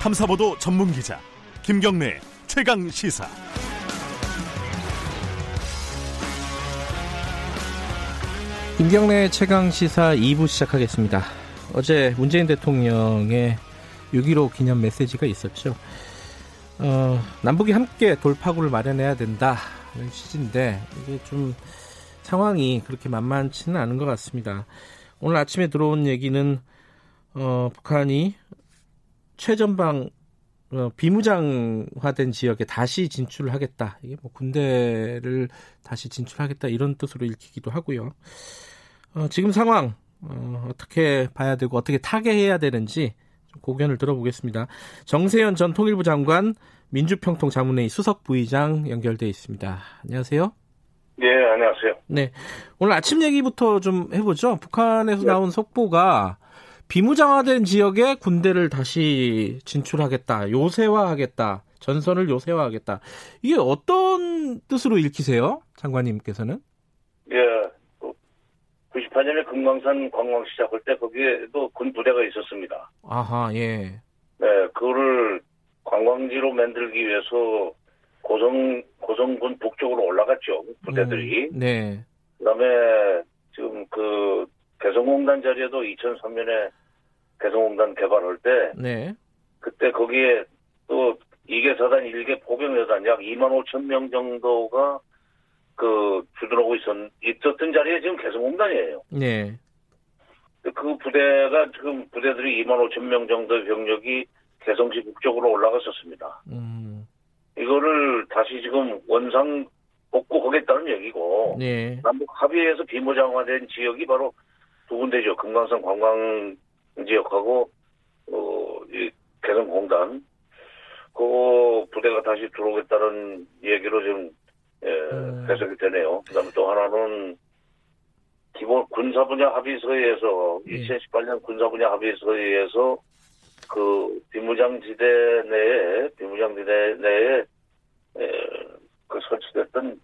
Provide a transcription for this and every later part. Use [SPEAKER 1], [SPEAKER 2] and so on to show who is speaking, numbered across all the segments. [SPEAKER 1] 탐사보도 전문 기자 김경래 최강 시사.
[SPEAKER 2] 김경래 최강 시사 2부 시작하겠습니다. 어제 문재인 대통령의 6.15 기념 메시지가 있었죠. 어, 남북이 함께 돌파구를 마련해야 된다는 취지인데 이게 좀 상황이 그렇게 만만치는 않은 것 같습니다. 오늘 아침에 들어온 얘기는 어, 북한이 최전방 어, 비무장화된 지역에 다시 진출을 하겠다. 이게 뭐 군대를 다시 진출하겠다 이런 뜻으로 읽히기도 하고요. 어, 지금 상황 어, 어떻게 봐야 되고 어떻게 타개해야 되는지 좀 고견을 들어보겠습니다. 정세현 전 통일부 장관 민주평통 자문회의 수석 부의장 연결돼 있습니다. 안녕하세요.
[SPEAKER 3] 네, 안녕하세요.
[SPEAKER 2] 네, 오늘 아침 얘기부터 좀 해보죠. 북한에서 나온 속보가 비무장화된 지역에 군대를 다시 진출하겠다, 요새화하겠다, 전선을 요새화하겠다. 이게 어떤 뜻으로 읽히세요, 장관님께서는?
[SPEAKER 3] 예, 98년에 금강산 관광 시작할 때 거기에도 군 부대가 있었습니다.
[SPEAKER 2] 아하, 예,
[SPEAKER 3] 네, 그거를 관광지로 만들기 위해서 고성 고성군 북쪽으로 올라갔죠 부대들이.
[SPEAKER 2] 음, 네,
[SPEAKER 3] 그다음에 지금 그 개성공단 자리에도 2003년에 개성공단 개발할 때
[SPEAKER 2] 네,
[SPEAKER 3] 그때 거기에 또 2개 사단, 1개 포병 여단 약 2만 5천 명 정도가 그 주둔하고 있었, 있었던 자리에 지금 개성공단이에요.
[SPEAKER 2] 네,
[SPEAKER 3] 그 부대가 지금 부대들이 2만 5천 명 정도의 병력이 개성시 북쪽으로 올라갔었습니다.
[SPEAKER 2] 음,
[SPEAKER 3] 이거를 다시 지금 원상 복구하겠다는 얘기고
[SPEAKER 2] 네,
[SPEAKER 3] 남북 합의에서 비무장화된 지역이 바로 두 군데죠. 금강산 관광 지역하고 어, 이 개성공단 그 부대가 다시 들어오겠다는 얘기로 지금 예,
[SPEAKER 2] 음.
[SPEAKER 3] 해석이 되네요. 그다음에 또 하나는 기본 군사 분야 합의서에서
[SPEAKER 2] 예.
[SPEAKER 3] 2018년 군사 분야 합의서에서 그 비무장지대 내에 비무장지대 내에 에, 그 설치됐던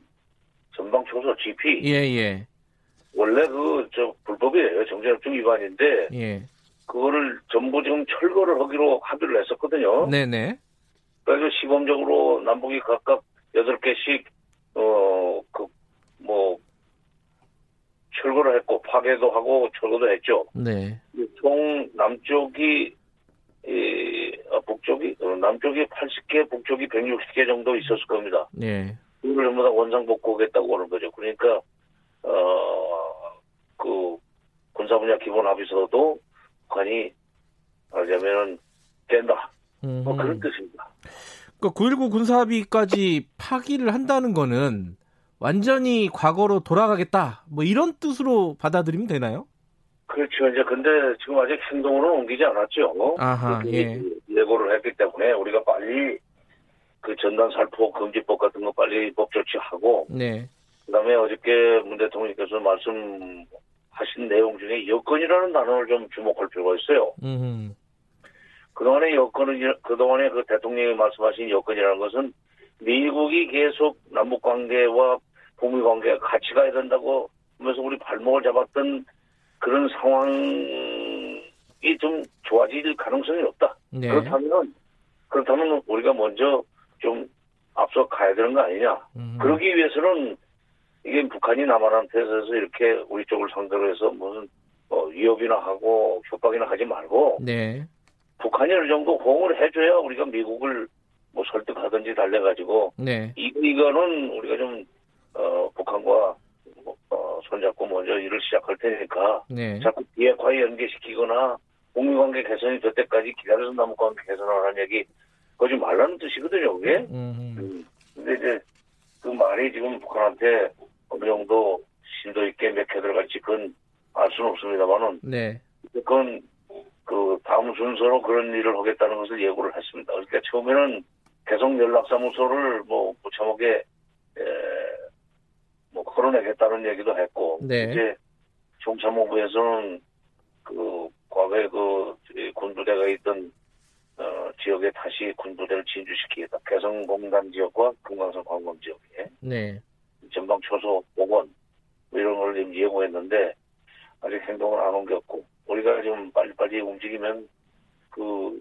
[SPEAKER 3] 전방초소 GP
[SPEAKER 2] 예, 예,
[SPEAKER 3] 원래 그 저 불법이에요. 정제협정 위반인데
[SPEAKER 2] 예,
[SPEAKER 3] 그거를 전부 지금 철거를 하기로 합의를 했었거든요.
[SPEAKER 2] 네, 네,
[SPEAKER 3] 그래서 시범적으로 남북이 각각 여덟 개씩 어그 뭐 철거를 했고 파괴도 하고 철거도 했죠.
[SPEAKER 2] 네,
[SPEAKER 3] 총 남쪽이 이 아, 북쪽이 어, 남쪽이 80개, 북쪽이 160개 정도 있었을 겁니다.
[SPEAKER 2] 네,
[SPEAKER 3] 이걸 전부 다 원상복구하겠다고 하는 거죠. 그러니까 어, 어그 군사 분야 기본 합의서도 북한이 말하자면은 된다.
[SPEAKER 2] 음,
[SPEAKER 3] 뭐 그런 뜻입니다.
[SPEAKER 2] 그러니까 9.19 군사합의까지 파기를 한다는 거는 완전히 과거로 돌아가겠다. 뭐 이런 뜻으로 받아들이면 되나요?
[SPEAKER 3] 그렇죠. 이제 근데 지금 아직 행동으로 옮기지 않았죠.
[SPEAKER 2] 아하,
[SPEAKER 3] 그
[SPEAKER 2] 예.
[SPEAKER 3] 예고를 했기 때문에 우리가 빨리 그 전단 살포 금지법 같은 거 빨리 법 조치하고
[SPEAKER 2] 네.
[SPEAKER 3] 그다음에 어저께 문 대통령께서 말씀하신 내용 중에 여건이라는 단어를 좀 주목할 필요가 있어요.
[SPEAKER 2] 음.
[SPEAKER 3] 그동안의 여건은 그동안의 그 대통령이 말씀하신 여건이라는 것은 미국이 계속 남북 관계와 북미 관계가 같이 가야 된다고 하면서 우리 발목을 잡았던 그런 상황이 좀 좋아질 가능성이 없다.
[SPEAKER 2] 네.
[SPEAKER 3] 그렇다면 그렇다면 우리가 먼저 좀 앞서 가야 되는 거 아니냐.
[SPEAKER 2] 음.
[SPEAKER 3] 그러기 위해서는 이게 북한이 남한한테 서 이렇게 우리 쪽을 상대로 해서 무슨 어, 위협이나 하고 협박이나 하지 말고
[SPEAKER 2] 네.
[SPEAKER 3] 북한이 어느 정도 호응을 해줘야 우리가 미국을 뭐 설득하든지 달래가지고
[SPEAKER 2] 네.
[SPEAKER 3] 이, 이거는 우리가 좀 어, 북한과 뭐, 어, 손잡고 먼저 일을 시작할 테니까
[SPEAKER 2] 네.
[SPEAKER 3] 자꾸 비핵화에 연계시키거나 북미 관계 개선이 될 때까지 기다려서 남북 관계 개선하라는 얘기 그러지 말라는 뜻이거든요 그게
[SPEAKER 2] 음.
[SPEAKER 3] 음, 근데 이제 그 말이 지금 북한한테 어느 정도 심도 있게 맥혀 들어갈지 그건 알 수는 없습니다만은
[SPEAKER 2] 네.
[SPEAKER 3] 그건 그 다음 순서로 그런 일을 하겠다는 것을 예고를 했습니다. 그러니까 처음에는 개성 연락사무소를 뭐 구청하게 에뭐 걸어내겠다는 얘기도 했고
[SPEAKER 2] 네.
[SPEAKER 3] 이제 총참모부에서는 그 과거에 그 군부대가 있던 어, 지역에 다시 군부대를 진주시키겠다. 개성공단 지역과 금강산 관광 지역에
[SPEAKER 2] 네.
[SPEAKER 3] 전방 초소 복원 뭐 이런 걸 지금 예고했는데 아직 행동을 안 옮겼고 우리가 좀 빨리빨리 움직이면 그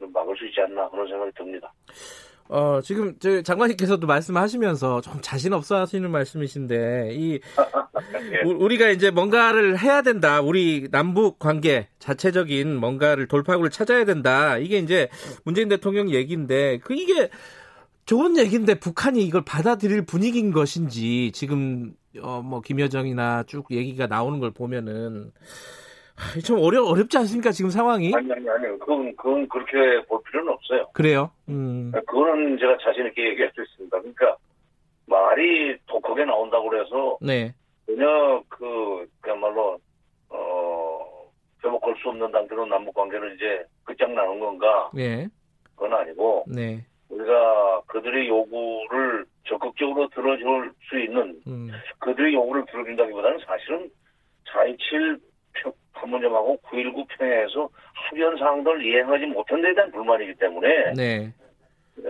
[SPEAKER 3] 좀 막을 수 있지 않나 그런 생각이 듭니다.
[SPEAKER 2] 어, 지금 저 장관님께서도 말씀하시면서 좀 자신 없어 하시는 말씀이신데 이
[SPEAKER 3] 예.
[SPEAKER 2] 우- 우리가 이제 뭔가를 해야 된다. 우리 남북 관계 자체적인 뭔가를 돌파구를 찾아야 된다. 이게 이제 문재인 대통령 얘기인데 그 이게 좋은 얘기인데 북한이 이걸 받아들일 분위기인 것인지 지금 어, 뭐 김여정이나 쭉 얘기가 나오는 걸 보면은 하, 좀 어려 어렵지 않습니까 지금 상황이?
[SPEAKER 3] 아니 아니 아니 그건 그건 그렇게 볼 필요는 없어요.
[SPEAKER 2] 그래요. 음.
[SPEAKER 3] 그거는 제가 자신 있게 얘기할 수 있습니다. 그러니까 말이 독하게 나온다고 그래서
[SPEAKER 2] 네.
[SPEAKER 3] 전혀 그 그야말로 어 회복할 수 없는 단계로 남북 관계를 이제 끝장나는 건가
[SPEAKER 2] 예.
[SPEAKER 3] 그건 아니고
[SPEAKER 2] 네.
[SPEAKER 3] 우리가 그들의 요구를 적극적으로 들어줄 수 있는
[SPEAKER 2] 음.
[SPEAKER 3] 그들의 요구를 들어준다기보다는 사실은 4.27 평- 판문점하고 9.19 평해에서 합의한 사항들을 이행하지 못한 데에 대한 불만이기 때문에
[SPEAKER 2] 네.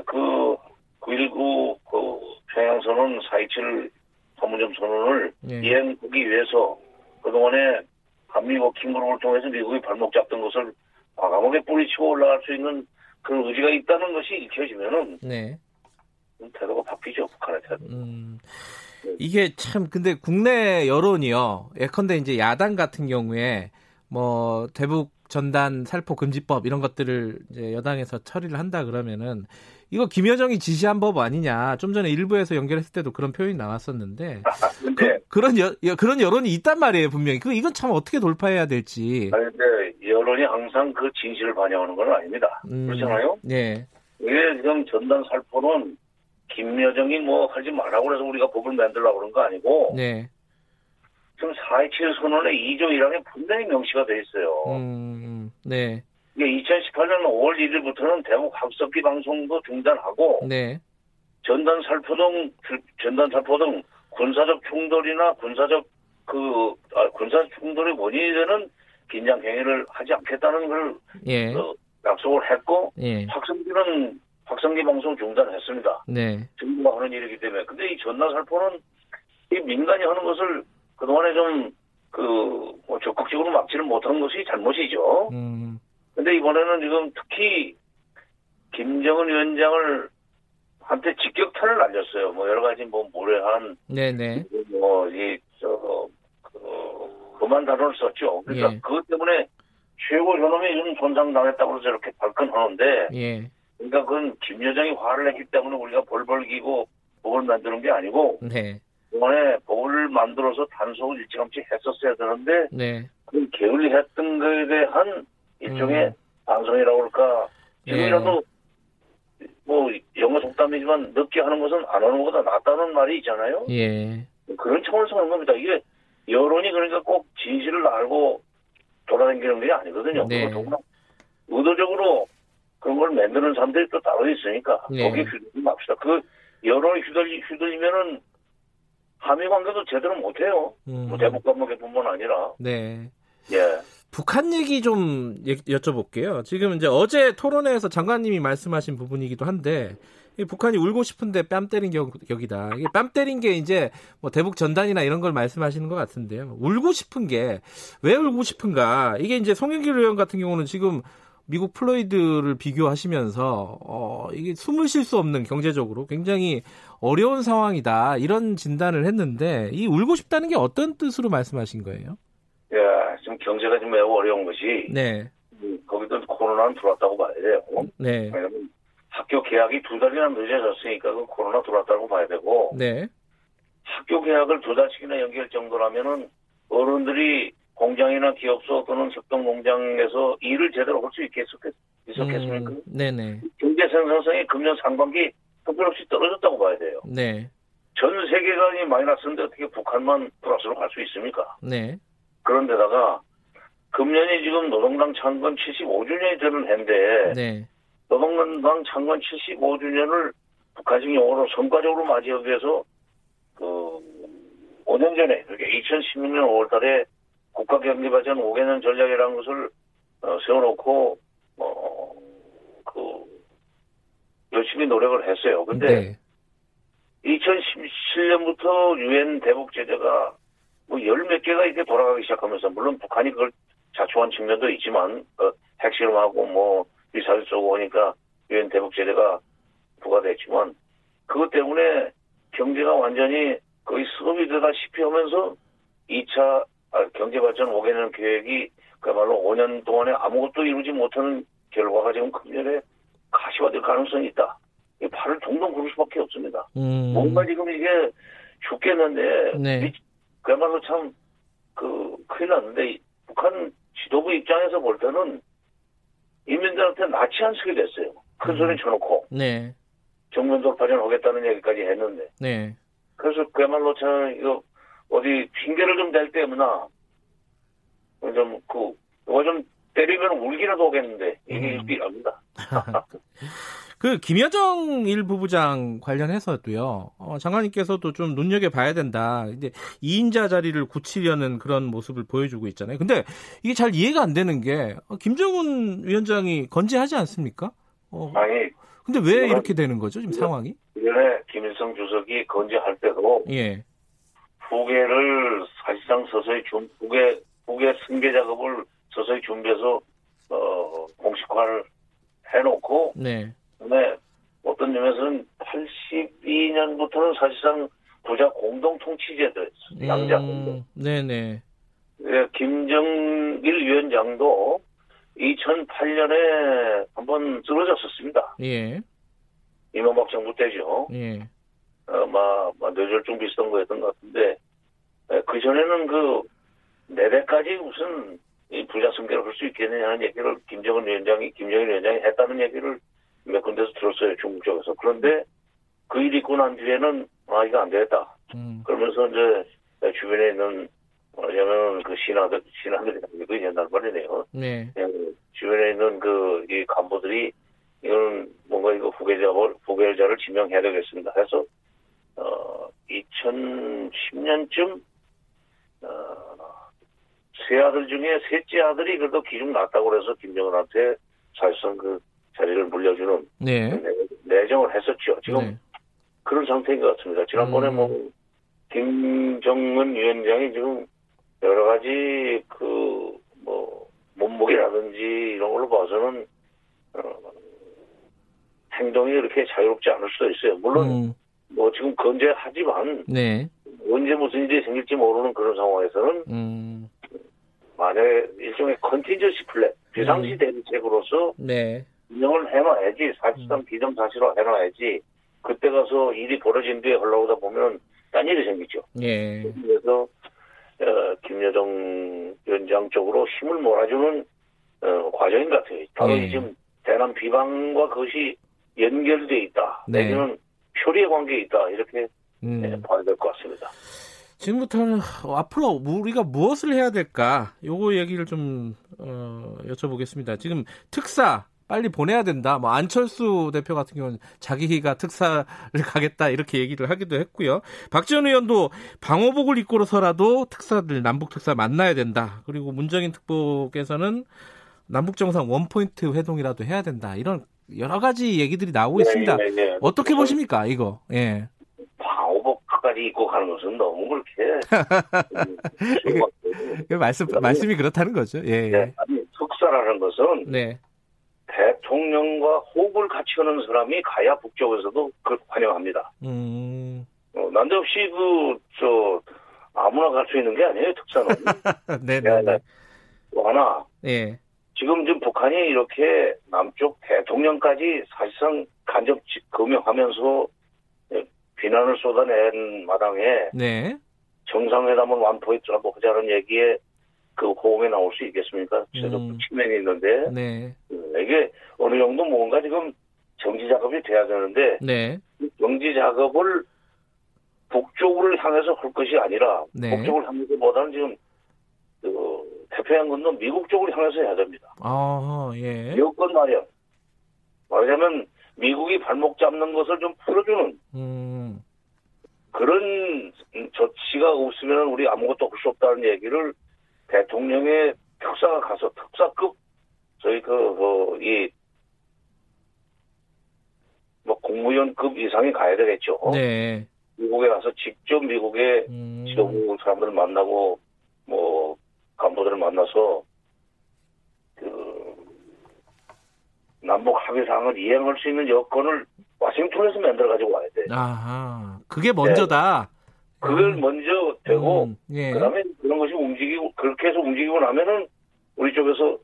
[SPEAKER 3] 그 9.19 그 평양선언 4.27 판문점 선언을
[SPEAKER 2] 예.
[SPEAKER 3] 이행하기 위해서 그동안에 한미 워킹그룹을 통해서 미국이 발목 잡던 것을 과감하게 뿌리치고 올라갈 수 있는 그런 의지가 있다는 것이 읽혀지면은
[SPEAKER 2] 네.
[SPEAKER 3] 태도가 바뀌죠 북한의 태도.
[SPEAKER 2] 음,
[SPEAKER 3] 네.
[SPEAKER 2] 이게 참 근데 국내 여론이요. 예컨대 이제 야당 같은 경우에 뭐 대북 전단 살포 금지법 이런 것들을 이제 여당에서 처리를 한다 그러면은 이거 김여정이 지시한 법 아니냐. 좀 전에 일부에서 연결했을 때도 그런 표현이 나왔었는데
[SPEAKER 3] 근데
[SPEAKER 2] 그, 그런 여, 여- 그런 여론이 있단 말이에요 분명히. 그 이건 참 어떻게 돌파해야 될지.
[SPEAKER 3] 아니, 근데 여론이 항상 그 진실을 반영하는 건 아닙니다.
[SPEAKER 2] 음,
[SPEAKER 3] 그렇잖아요.
[SPEAKER 2] 네,
[SPEAKER 3] 이게 지금 전단 살포는 김여정이 뭐 하지 말라고 그래서 우리가 법을 만들라고 그런 거 아니고
[SPEAKER 2] 네.
[SPEAKER 3] 지금 4.27 선언의 2조 1항에 분명히 명시가 돼 있어요.
[SPEAKER 2] 음, 네,
[SPEAKER 3] 이게 2018년 5월 1일부터는 대북 합석기 방송도 중단하고
[SPEAKER 2] 네,
[SPEAKER 3] 전단 살포 등 주- 전단 살포 등 군사적 충돌이나 군사적 그 아, 군사 충돌의 원인이 되는 긴장 행위를 하지 않겠다는 걸
[SPEAKER 2] 예,
[SPEAKER 3] 어, 약속을 했고
[SPEAKER 2] 예,
[SPEAKER 3] 확성기는 확성기 방송 중단했습니다.
[SPEAKER 2] 네,
[SPEAKER 3] 정부가 하는 일이기 때문에. 근데 이 전단 살포는 이 민간이 하는 것을 그동안에 좀그뭐 적극적으로 막지를 못한 것이 잘못이죠.
[SPEAKER 2] 음,
[SPEAKER 3] 근데 이번에는 지금 특히 김정은 위원장을 한테 직격탄을 날렸어요. 뭐 여러 가지 뭐 모래한 뭐
[SPEAKER 2] 네, 네,
[SPEAKER 3] 뭐이저 그, 그만 단어를 썼죠. 그러니까
[SPEAKER 2] 예.
[SPEAKER 3] 그것 때문에 최고 존엄이 좀 손상당했다고 저렇게 발끈하는데
[SPEAKER 2] 예,
[SPEAKER 3] 그러니까 그건 김여정이 화를 냈기 때문에 우리가 벌벌 기고 법을 만드는 게 아니고
[SPEAKER 2] 네.
[SPEAKER 3] 이번에 법을 만들어서 단속을 일찌감치 했었어야 되는데
[SPEAKER 2] 네.
[SPEAKER 3] 그 게을리 했던 것에 대한 일종의
[SPEAKER 2] 음.
[SPEAKER 3] 반성이라고 할까
[SPEAKER 2] 예.
[SPEAKER 3] 지금이라도 뭐 영어 속담이지만 늦게 하는 것은 안 하는 것보다 낫다는 말이 있잖아요
[SPEAKER 2] 예.
[SPEAKER 3] 그런 청을 서는 겁니다 이게 여론이 그러니까 꼭 진실을 알고 돌아다니는 게 아니거든요
[SPEAKER 2] 네.
[SPEAKER 3] 그것도 의도적으로 그런 걸 만드는 사람들이 또 따로 있으니까
[SPEAKER 2] 네.
[SPEAKER 3] 거기에 휘둘리지 맙시다 그 여론이 휘둘리, 휘둘리면은 한미 관계도 제대로 못해요
[SPEAKER 2] 음.
[SPEAKER 3] 뭐 대북 관계뿐만 아니라
[SPEAKER 2] 네.
[SPEAKER 3] 예.
[SPEAKER 2] 북한 얘기 좀 얘기- 여쭤볼게요. 지금 이제 어제 토론회에서 장관님이 말씀하신 부분이기도 한데 이 북한이 울고 싶은데 뺨 때린 격, 격이다. 이게 뺨 때린 게 이제 뭐 대북 전단이나 이런 걸 말씀하시는 것 같은데요. 뭐 울고 싶은 게 왜 울고 싶은가? 이게 이제 송영길 의원 같은 경우는 지금 미국 플로이드를 비교하시면서 어 이게 숨을 쉴 수 없는 경제적으로 굉장히 어려운 상황이다 이런 진단을 했는데 이 울고 싶다는 게 어떤 뜻으로 말씀하신 거예요?
[SPEAKER 3] 예, 지금 경제가 좀 매우 어려운 것이
[SPEAKER 2] 네,
[SPEAKER 3] 음, 거기도 코로나는 들어왔다고 봐야 돼요.
[SPEAKER 2] 네.
[SPEAKER 3] 왜냐면 학교 개학이 두 달이나 늦어졌으니까 그 코로나 들어왔다고 봐야 되고
[SPEAKER 2] 네.
[SPEAKER 3] 학교 개학을 두 달씩이나 연기할 정도라면은 어른들이 공장이나 기업소 또는 협동 공장에서 일을 제대로 할 수 있겠습니까? 그 있었겠습니까?
[SPEAKER 2] 음, 네네.
[SPEAKER 3] 경제 생산성이 금년 상반기 특별없이 떨어졌다고 봐야 돼요.
[SPEAKER 2] 네.
[SPEAKER 3] 전 세계가 이 마이너스인데 어떻게 북한만 플러스로 갈 수 있습니까?
[SPEAKER 2] 네.
[SPEAKER 3] 그런데다가 금년이 지금 노동당 창건 75주년이 되는 해인데
[SPEAKER 2] 네.
[SPEAKER 3] 노동당 창건 75주년을 북한 측 용어로 성과적으로 맞이하기 위해서 그 5년 전에 그러니까 2016년 5월달에 국가경제발전 5개년 전략이라는 것을 어, 세워놓고 어, 그 열심히 노력을 했어요. 근데
[SPEAKER 2] 네.
[SPEAKER 3] 2017년부터 유엔 대북 제재가 뭐 열 몇 개가 이렇게 돌아가기 시작하면서 물론 북한이 그걸 자초한 측면도 있지만 어, 핵실험하고 뭐 미사일 쏘고 오니까 유엔 대북 제재가 부과됐지만 그것 때문에 경제가 완전히 거의 수업이 되다시피 하면서 2차 아, 경제발전 5개년 계획이 그야말로 5년 동안에 아무것도 이루지 못하는 결과가 지금 금년에 가시화될 가능성이 있다. 이 발을 동동 구를 수밖에 없습니다.
[SPEAKER 2] 음.
[SPEAKER 3] 뭔가 지금 이게 죽겠는데
[SPEAKER 2] 네.
[SPEAKER 3] 미- 그야말로 참 그 큰일 났는데 이 북한 지도부 입장에서 볼 때는 인민들한테 낯이 안 쓰게 됐어요.
[SPEAKER 2] 음.
[SPEAKER 3] 큰 소리 쳐놓고
[SPEAKER 2] 네.
[SPEAKER 3] 정면적 발전하겠다는 얘기까지 했는데
[SPEAKER 2] 네.
[SPEAKER 3] 그래서 그야말로 참 이거 어디 핑계를 좀 댈 때문나 좀그 이거 좀 때리면 울기라도 오겠는데 이게
[SPEAKER 2] 음.
[SPEAKER 3] 일기랍니다.
[SPEAKER 2] 그 김여정 일 부부장 관련해서도요. 어, 장관님께서도 좀 눈여겨 봐야 된다. 이제 2인자 자리를 굳히려는 그런 모습을 보여주고 있잖아요. 근데 이게 잘 이해가 안 되는 게 어, 김정은 위원장이 건재하지 않습니까? 어,
[SPEAKER 3] 아니
[SPEAKER 2] 근데 왜 이렇게 되는 거죠? 지금 상황이?
[SPEAKER 3] 이전에 김일성 주석이 건재할 때도
[SPEAKER 2] 예.
[SPEAKER 3] 부계를 사실상 서서히 준 부계 부계 승계 작업을 서서히 준비해서 어, 공식화를 해놓고
[SPEAKER 2] 네.
[SPEAKER 3] 그다음에 어떤 점에서는 82년부터는 사실상 부자 공동 통치제도였어요. 양자 공동.
[SPEAKER 2] 음, 네네.
[SPEAKER 3] 예, 김정일 위원장도 2008년에 한번 쓰러졌었습니다.
[SPEAKER 2] 예.
[SPEAKER 3] 이명박 정부 때죠.
[SPEAKER 2] 예.
[SPEAKER 3] 어, 아마 아마 뇌졸중 비슷한 거였던 것 같은데 그 전에는 그 내대까지 무슨 이 부자 승계를 할 수 있겠느냐는 얘기를 김정은 위원장이 김정일 위원장이 했다는 얘기를 몇 군데서 들었어요 중국 쪽에서 그런데 그 일이 있고 난 뒤에는 아 이거 안 되겠다
[SPEAKER 2] 음.
[SPEAKER 3] 그러면서 이제 주변에 있는 뭐냐면 그 신하들 신하들이 아니고 옛날 말이네요
[SPEAKER 2] 네.
[SPEAKER 3] 그냥 예, 주변에 있는 그 이 간부들이 이건 뭔가 이거 후계자를 후계자를 지명해야 되겠습니다. 해서 어 2010년쯤 어, 어세 아들 중에 셋째 아들이 그래도 기중 났다고 그래서 김정은한테 사실상 그 자리를 물려주는
[SPEAKER 2] 네.
[SPEAKER 3] 내정을 했었죠. 지금
[SPEAKER 2] 네.
[SPEAKER 3] 그런 상태인 것 같습니다. 지난번에
[SPEAKER 2] 음.
[SPEAKER 3] 뭐 김정은 위원장이 지금 여러 가지 그 뭐 몸무게라든지 이런 걸로 봐서는 어, 행동이 이렇게 자유롭지 않을 수도 있어요. 물론
[SPEAKER 2] 음,
[SPEAKER 3] 뭐 지금 건재하지만
[SPEAKER 2] 네.
[SPEAKER 3] 언제 무슨 일이 생길지 모르는 그런 상황에서는
[SPEAKER 2] 음.
[SPEAKER 3] 만약에 일종의 컨틴저시 플랜 비상시
[SPEAKER 2] 음.
[SPEAKER 3] 대책으로서
[SPEAKER 2] 네.
[SPEAKER 3] 운영을 해놔야지. 사실상
[SPEAKER 2] 음.
[SPEAKER 3] 비정사실로 해놔야지. 그때 가서 일이 벌어진 뒤에 흘러오다 보면 딴 일이 생기죠.
[SPEAKER 2] 예.
[SPEAKER 3] 그래서 어, 김여정 위원장 쪽으로 힘을 몰아주는 어, 과정인 것 같아요. 바로
[SPEAKER 2] 네.
[SPEAKER 3] 이 지금 대남 비방과 그것이 연결돼 있다.
[SPEAKER 2] 네.
[SPEAKER 3] 내지는 표리의 관계에 있다. 이렇게
[SPEAKER 2] 음.
[SPEAKER 3] 네, 봐야 될 것 같습니다.
[SPEAKER 2] 지금부터는 앞으로 우리가 무엇을 해야 될까? 요거 얘기를 좀 어, 여쭤보겠습니다. 지금 특사 빨리 보내야 된다. 뭐 안철수 대표 같은 경우는 자기가 특사를 가겠다 이렇게 얘기를 하기도 했고요. 박지원 의원도 방호복을 입고서라도 특사들 남북 특사 만나야 된다. 그리고 문정인 특보께서는 남북 정상 원포인트 회동이라도 해야 된다. 이런 여러 가지 얘기들이 나오고 있습니다.
[SPEAKER 3] 네, 네, 네.
[SPEAKER 2] 어떻게 보십니까? 이거. 예.
[SPEAKER 3] 방호복까지 입고 가는 것은 너무 그렇게 음,
[SPEAKER 2] 말씀 말씀이 그렇다는 거죠. 예. 예.
[SPEAKER 3] 네, 아니, 특사라는 것은
[SPEAKER 2] 네.
[SPEAKER 3] 대통령과 호흡을 같이 하는 사람이 가야 북쪽에서도 그걸 환영합니다.
[SPEAKER 2] 음.
[SPEAKER 3] 어, 난데없이 그, 저, 아무나 갈 수 있는 게 아니에요, 특사는.
[SPEAKER 2] 네,
[SPEAKER 3] 네,
[SPEAKER 2] 네,
[SPEAKER 3] 네.
[SPEAKER 2] 네.
[SPEAKER 3] 또 하나,
[SPEAKER 2] 예.
[SPEAKER 3] 지금 지금 북한이 이렇게 남쪽 대통령까지 사실상 간접 금융하면서 예, 비난을 쏟아낸 마당에
[SPEAKER 2] 네.
[SPEAKER 3] 정상회담은 완포했더라도 하자는 얘기에 그 호응이 나올 수 있겠습니까? 최종
[SPEAKER 2] 음.
[SPEAKER 3] 측면이 있는데
[SPEAKER 2] 네.
[SPEAKER 3] 이게 어느 정도 뭔가 지금 정지 작업이 돼야 되는데
[SPEAKER 2] 네.
[SPEAKER 3] 경지 작업을 북쪽을 향해서 할 것이 아니라
[SPEAKER 2] 네.
[SPEAKER 3] 북쪽을 향해서보다는 지금 그 태평양 건너 미국 쪽을 향해서 해야 됩니다.
[SPEAKER 2] 아, 예.
[SPEAKER 3] 여건 마련. 말하자면 미국이 발목 잡는 것을 좀 풀어주는
[SPEAKER 2] 음.
[SPEAKER 3] 그런 조치가 없으면 우리 아무것도 할 수 없다는 얘기를 대통령의 특사가 가서 특사급 저희 그, 그이뭐 뭐 공무원급 이상이 가야 되겠죠.
[SPEAKER 2] 네.
[SPEAKER 3] 미국에 가서 직접 미국의
[SPEAKER 2] 음.
[SPEAKER 3] 어? 지도부 사람들을 만나고 뭐 간부들을 만나서 그 남북 합의사항을 이행할 수 있는 여건을 워싱턴에서 만들어 가지고 와야
[SPEAKER 2] 음.
[SPEAKER 3] 돼.
[SPEAKER 2] 아하. 그게 먼저다.
[SPEAKER 3] 네. 그걸
[SPEAKER 2] 음.
[SPEAKER 3] 먼저 되고
[SPEAKER 2] 음, 예.
[SPEAKER 3] 그다음에 그런 것이 움직이고 그렇게 해서 움직이고 나면은 우리 쪽에서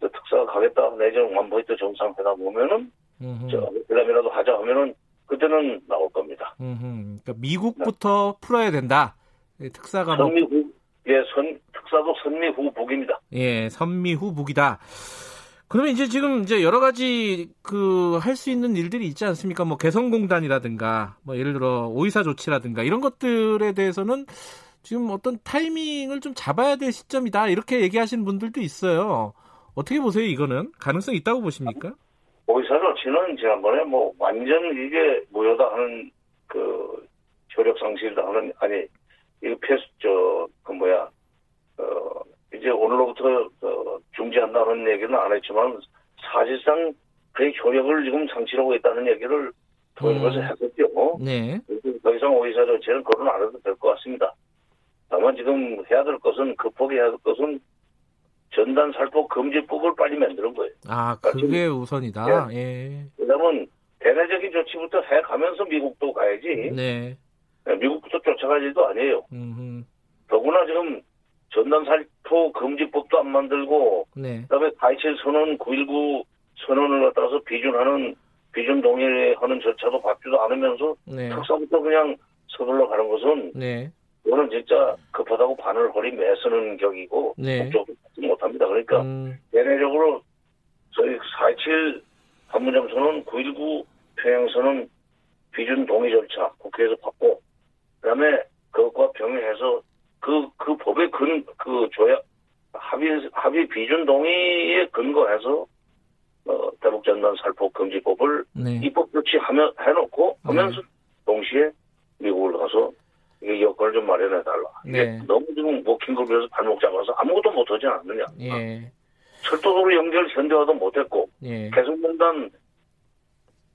[SPEAKER 3] 저 특사가 가겠다 내년 완포인트 정상회담 보면은
[SPEAKER 2] 음흠.
[SPEAKER 3] 저 회담이라도 하자 하면은 그때는 나올 겁니다.
[SPEAKER 2] 음흠. 그러니까 미국부터 풀어야 된다. 예, 특사가 뭐
[SPEAKER 3] 선미 후, 예, 선, 특사도 선미 후 북입니다.
[SPEAKER 2] 예, 선미 후북이다. 그러면 이제 지금 이제 여러 가지 그 할 수 있는 일들이 있지 않습니까? 뭐 개성공단이라든가 뭐 예를 들어 오이사 조치라든가 이런 것들에 대해서는 지금 어떤 타이밍을 좀 잡아야 될 시점이다 이렇게 얘기하시는 분들도 있어요. 어떻게 보세요 이거는 가능성이 있다고 보십니까?
[SPEAKER 3] 오이사로 지는 지난번에 뭐 완전 이게 무효다 하는 그 효력 상실다 하는 아니 이거 폐수 저그 뭐야 어 이제 오늘로부터 어, 중지한다는 얘기는 안 했지만 사실상 그 효력을 지금 상실하고 있다는 얘기를 통해서
[SPEAKER 2] 음.
[SPEAKER 3] 했었죠.
[SPEAKER 2] 네.
[SPEAKER 3] 그래서 더 이상 오이사 조치는 거론 안 해도 될 것 같습니다. 다만 지금 해야 될 것은 급하게 해야 될 것은 전단 살포 금지법을 빨리 만드는 거예요.
[SPEAKER 2] 아 그게 우선이다. 예.
[SPEAKER 3] 왜냐면 대내적인 조치부터 해 가면서 미국도 가야지
[SPEAKER 2] 네.
[SPEAKER 3] 미국부터 쫓아갈 일도 아니에요.
[SPEAKER 2] 음.
[SPEAKER 3] 더구나 지금 전단살포 금지법도 안 만들고
[SPEAKER 2] 네.
[SPEAKER 3] 그다음에 4.27 선언, 9.19 선언을 갖다서 비준하는 비준 동의하는 절차도 밟지도 않으면서
[SPEAKER 2] 네.
[SPEAKER 3] 특사부터 그냥 서둘러 가는 것은
[SPEAKER 2] 네.
[SPEAKER 3] 이거는 진짜 급하다고 바늘 허리 매쓰는 격이고
[SPEAKER 2] 네.
[SPEAKER 3] 목적도 받지 못합니다. 그러니까
[SPEAKER 2] 음.
[SPEAKER 3] 대내적으로 저희 4.27 판문점 선언, 9.19 평양 선언 비준 동의 절차 국회에서 받고 그다음에 그것과 병행해서 그 그 법의 근 그 조약 합의 합의 비준 동의에 근거해서 어, 대북 전단 살포 금지법을
[SPEAKER 2] 네.
[SPEAKER 3] 입법 조치하면 해놓고 하면서 동시에 미국을 가서 이게 여건을 좀 마련해 달라. 이게
[SPEAKER 2] 네.
[SPEAKER 3] 너무 지금 워킹 그룹에서 발목 잡아서 아무것도 못하지 않느냐.
[SPEAKER 2] 예.
[SPEAKER 3] 철도로 연결 현대화도 못했고
[SPEAKER 2] 예.
[SPEAKER 3] 개성공단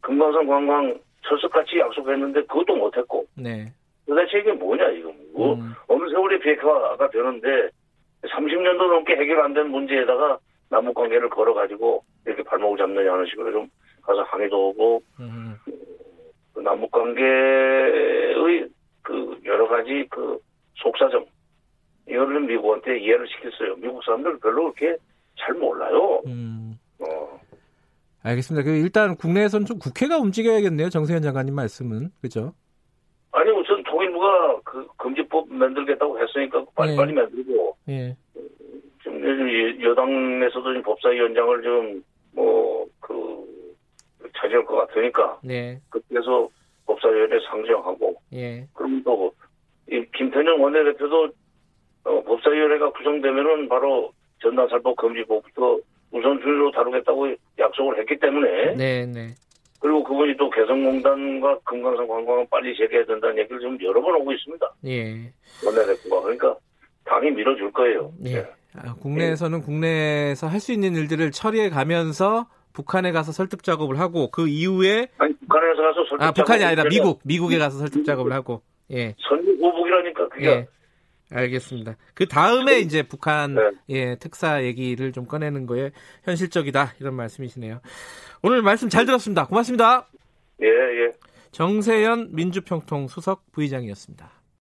[SPEAKER 3] 금강산 관광 철석같이 약속했는데 그것도 못했고
[SPEAKER 2] 네.
[SPEAKER 3] 도대체 이게 뭐냐 이거 뭐
[SPEAKER 2] 음.
[SPEAKER 3] 어느 세월이 비핵화가 되는데 30년도 넘게 해결 안 된 문제에다가 남북관계를 걸어가지고 이렇게 발목을 잡느냐는 식으로 좀 가서 항의도 오고
[SPEAKER 2] 음.
[SPEAKER 3] 그 남북관계의 그 여러 가지 그 속사정 이거를 미국한테 이해를 시켰어요 미국 사람들 별로 그렇게 잘 몰라요
[SPEAKER 2] 음.
[SPEAKER 3] 어.
[SPEAKER 2] 알겠습니다. 그 일단 국내에서는 좀 국회가 움직여야겠네요. 정세현 장관님 말씀은 그죠?
[SPEAKER 3] 아니 우선 통일부가 그 금지법 만들겠다고 했으니까 그 빨리빨리 만들고
[SPEAKER 2] 예.
[SPEAKER 3] 지금 요즘 이- 여당에서도 지금 법사위원장을 뭐 좀뭐그 차지할 것 같으니까
[SPEAKER 2] 네.
[SPEAKER 3] 그래서 법사위원회 상정하고
[SPEAKER 2] 예.
[SPEAKER 3] 그럼 또이 김태년 원내대표도 어, 법사위원회가 구성되면은 바로 전단살포 금지법부터 우선순위로 다루겠다고 약속을 했기 때문에
[SPEAKER 2] 네, 네.
[SPEAKER 3] 그리고 그분이 또 개성공단과 금강산 관광은 빨리 재개해야 된다는 얘기를 지금 여러 번 하고 있습니다.
[SPEAKER 2] 예.
[SPEAKER 3] 원내대표가 그러니까 당이 밀어줄 거예요.
[SPEAKER 2] 예. 아, 국내에서는 국내에서 할 수 있는 일들을 처리해 가면서 북한에 가서 설득 작업을 하고 그 이후에
[SPEAKER 3] 아니 북한에서 가서 설득
[SPEAKER 2] 아 북한이
[SPEAKER 3] 작업을
[SPEAKER 2] 아니라
[SPEAKER 3] 하려면
[SPEAKER 2] 미국 미국에 가서 설득 작업을 하고 예.
[SPEAKER 3] 선거 보복이라니까 그게
[SPEAKER 2] 예. 알겠습니다. 그 다음에 이제 북한
[SPEAKER 3] 네.
[SPEAKER 2] 예, 특사 얘기를 좀 꺼내는 거에 현실적이다 이런 말씀이시네요. 오늘 말씀 잘 들었습니다. 고맙습니다.
[SPEAKER 3] 예 예.
[SPEAKER 2] 정세현 민주평통 수석 부의장이었습니다.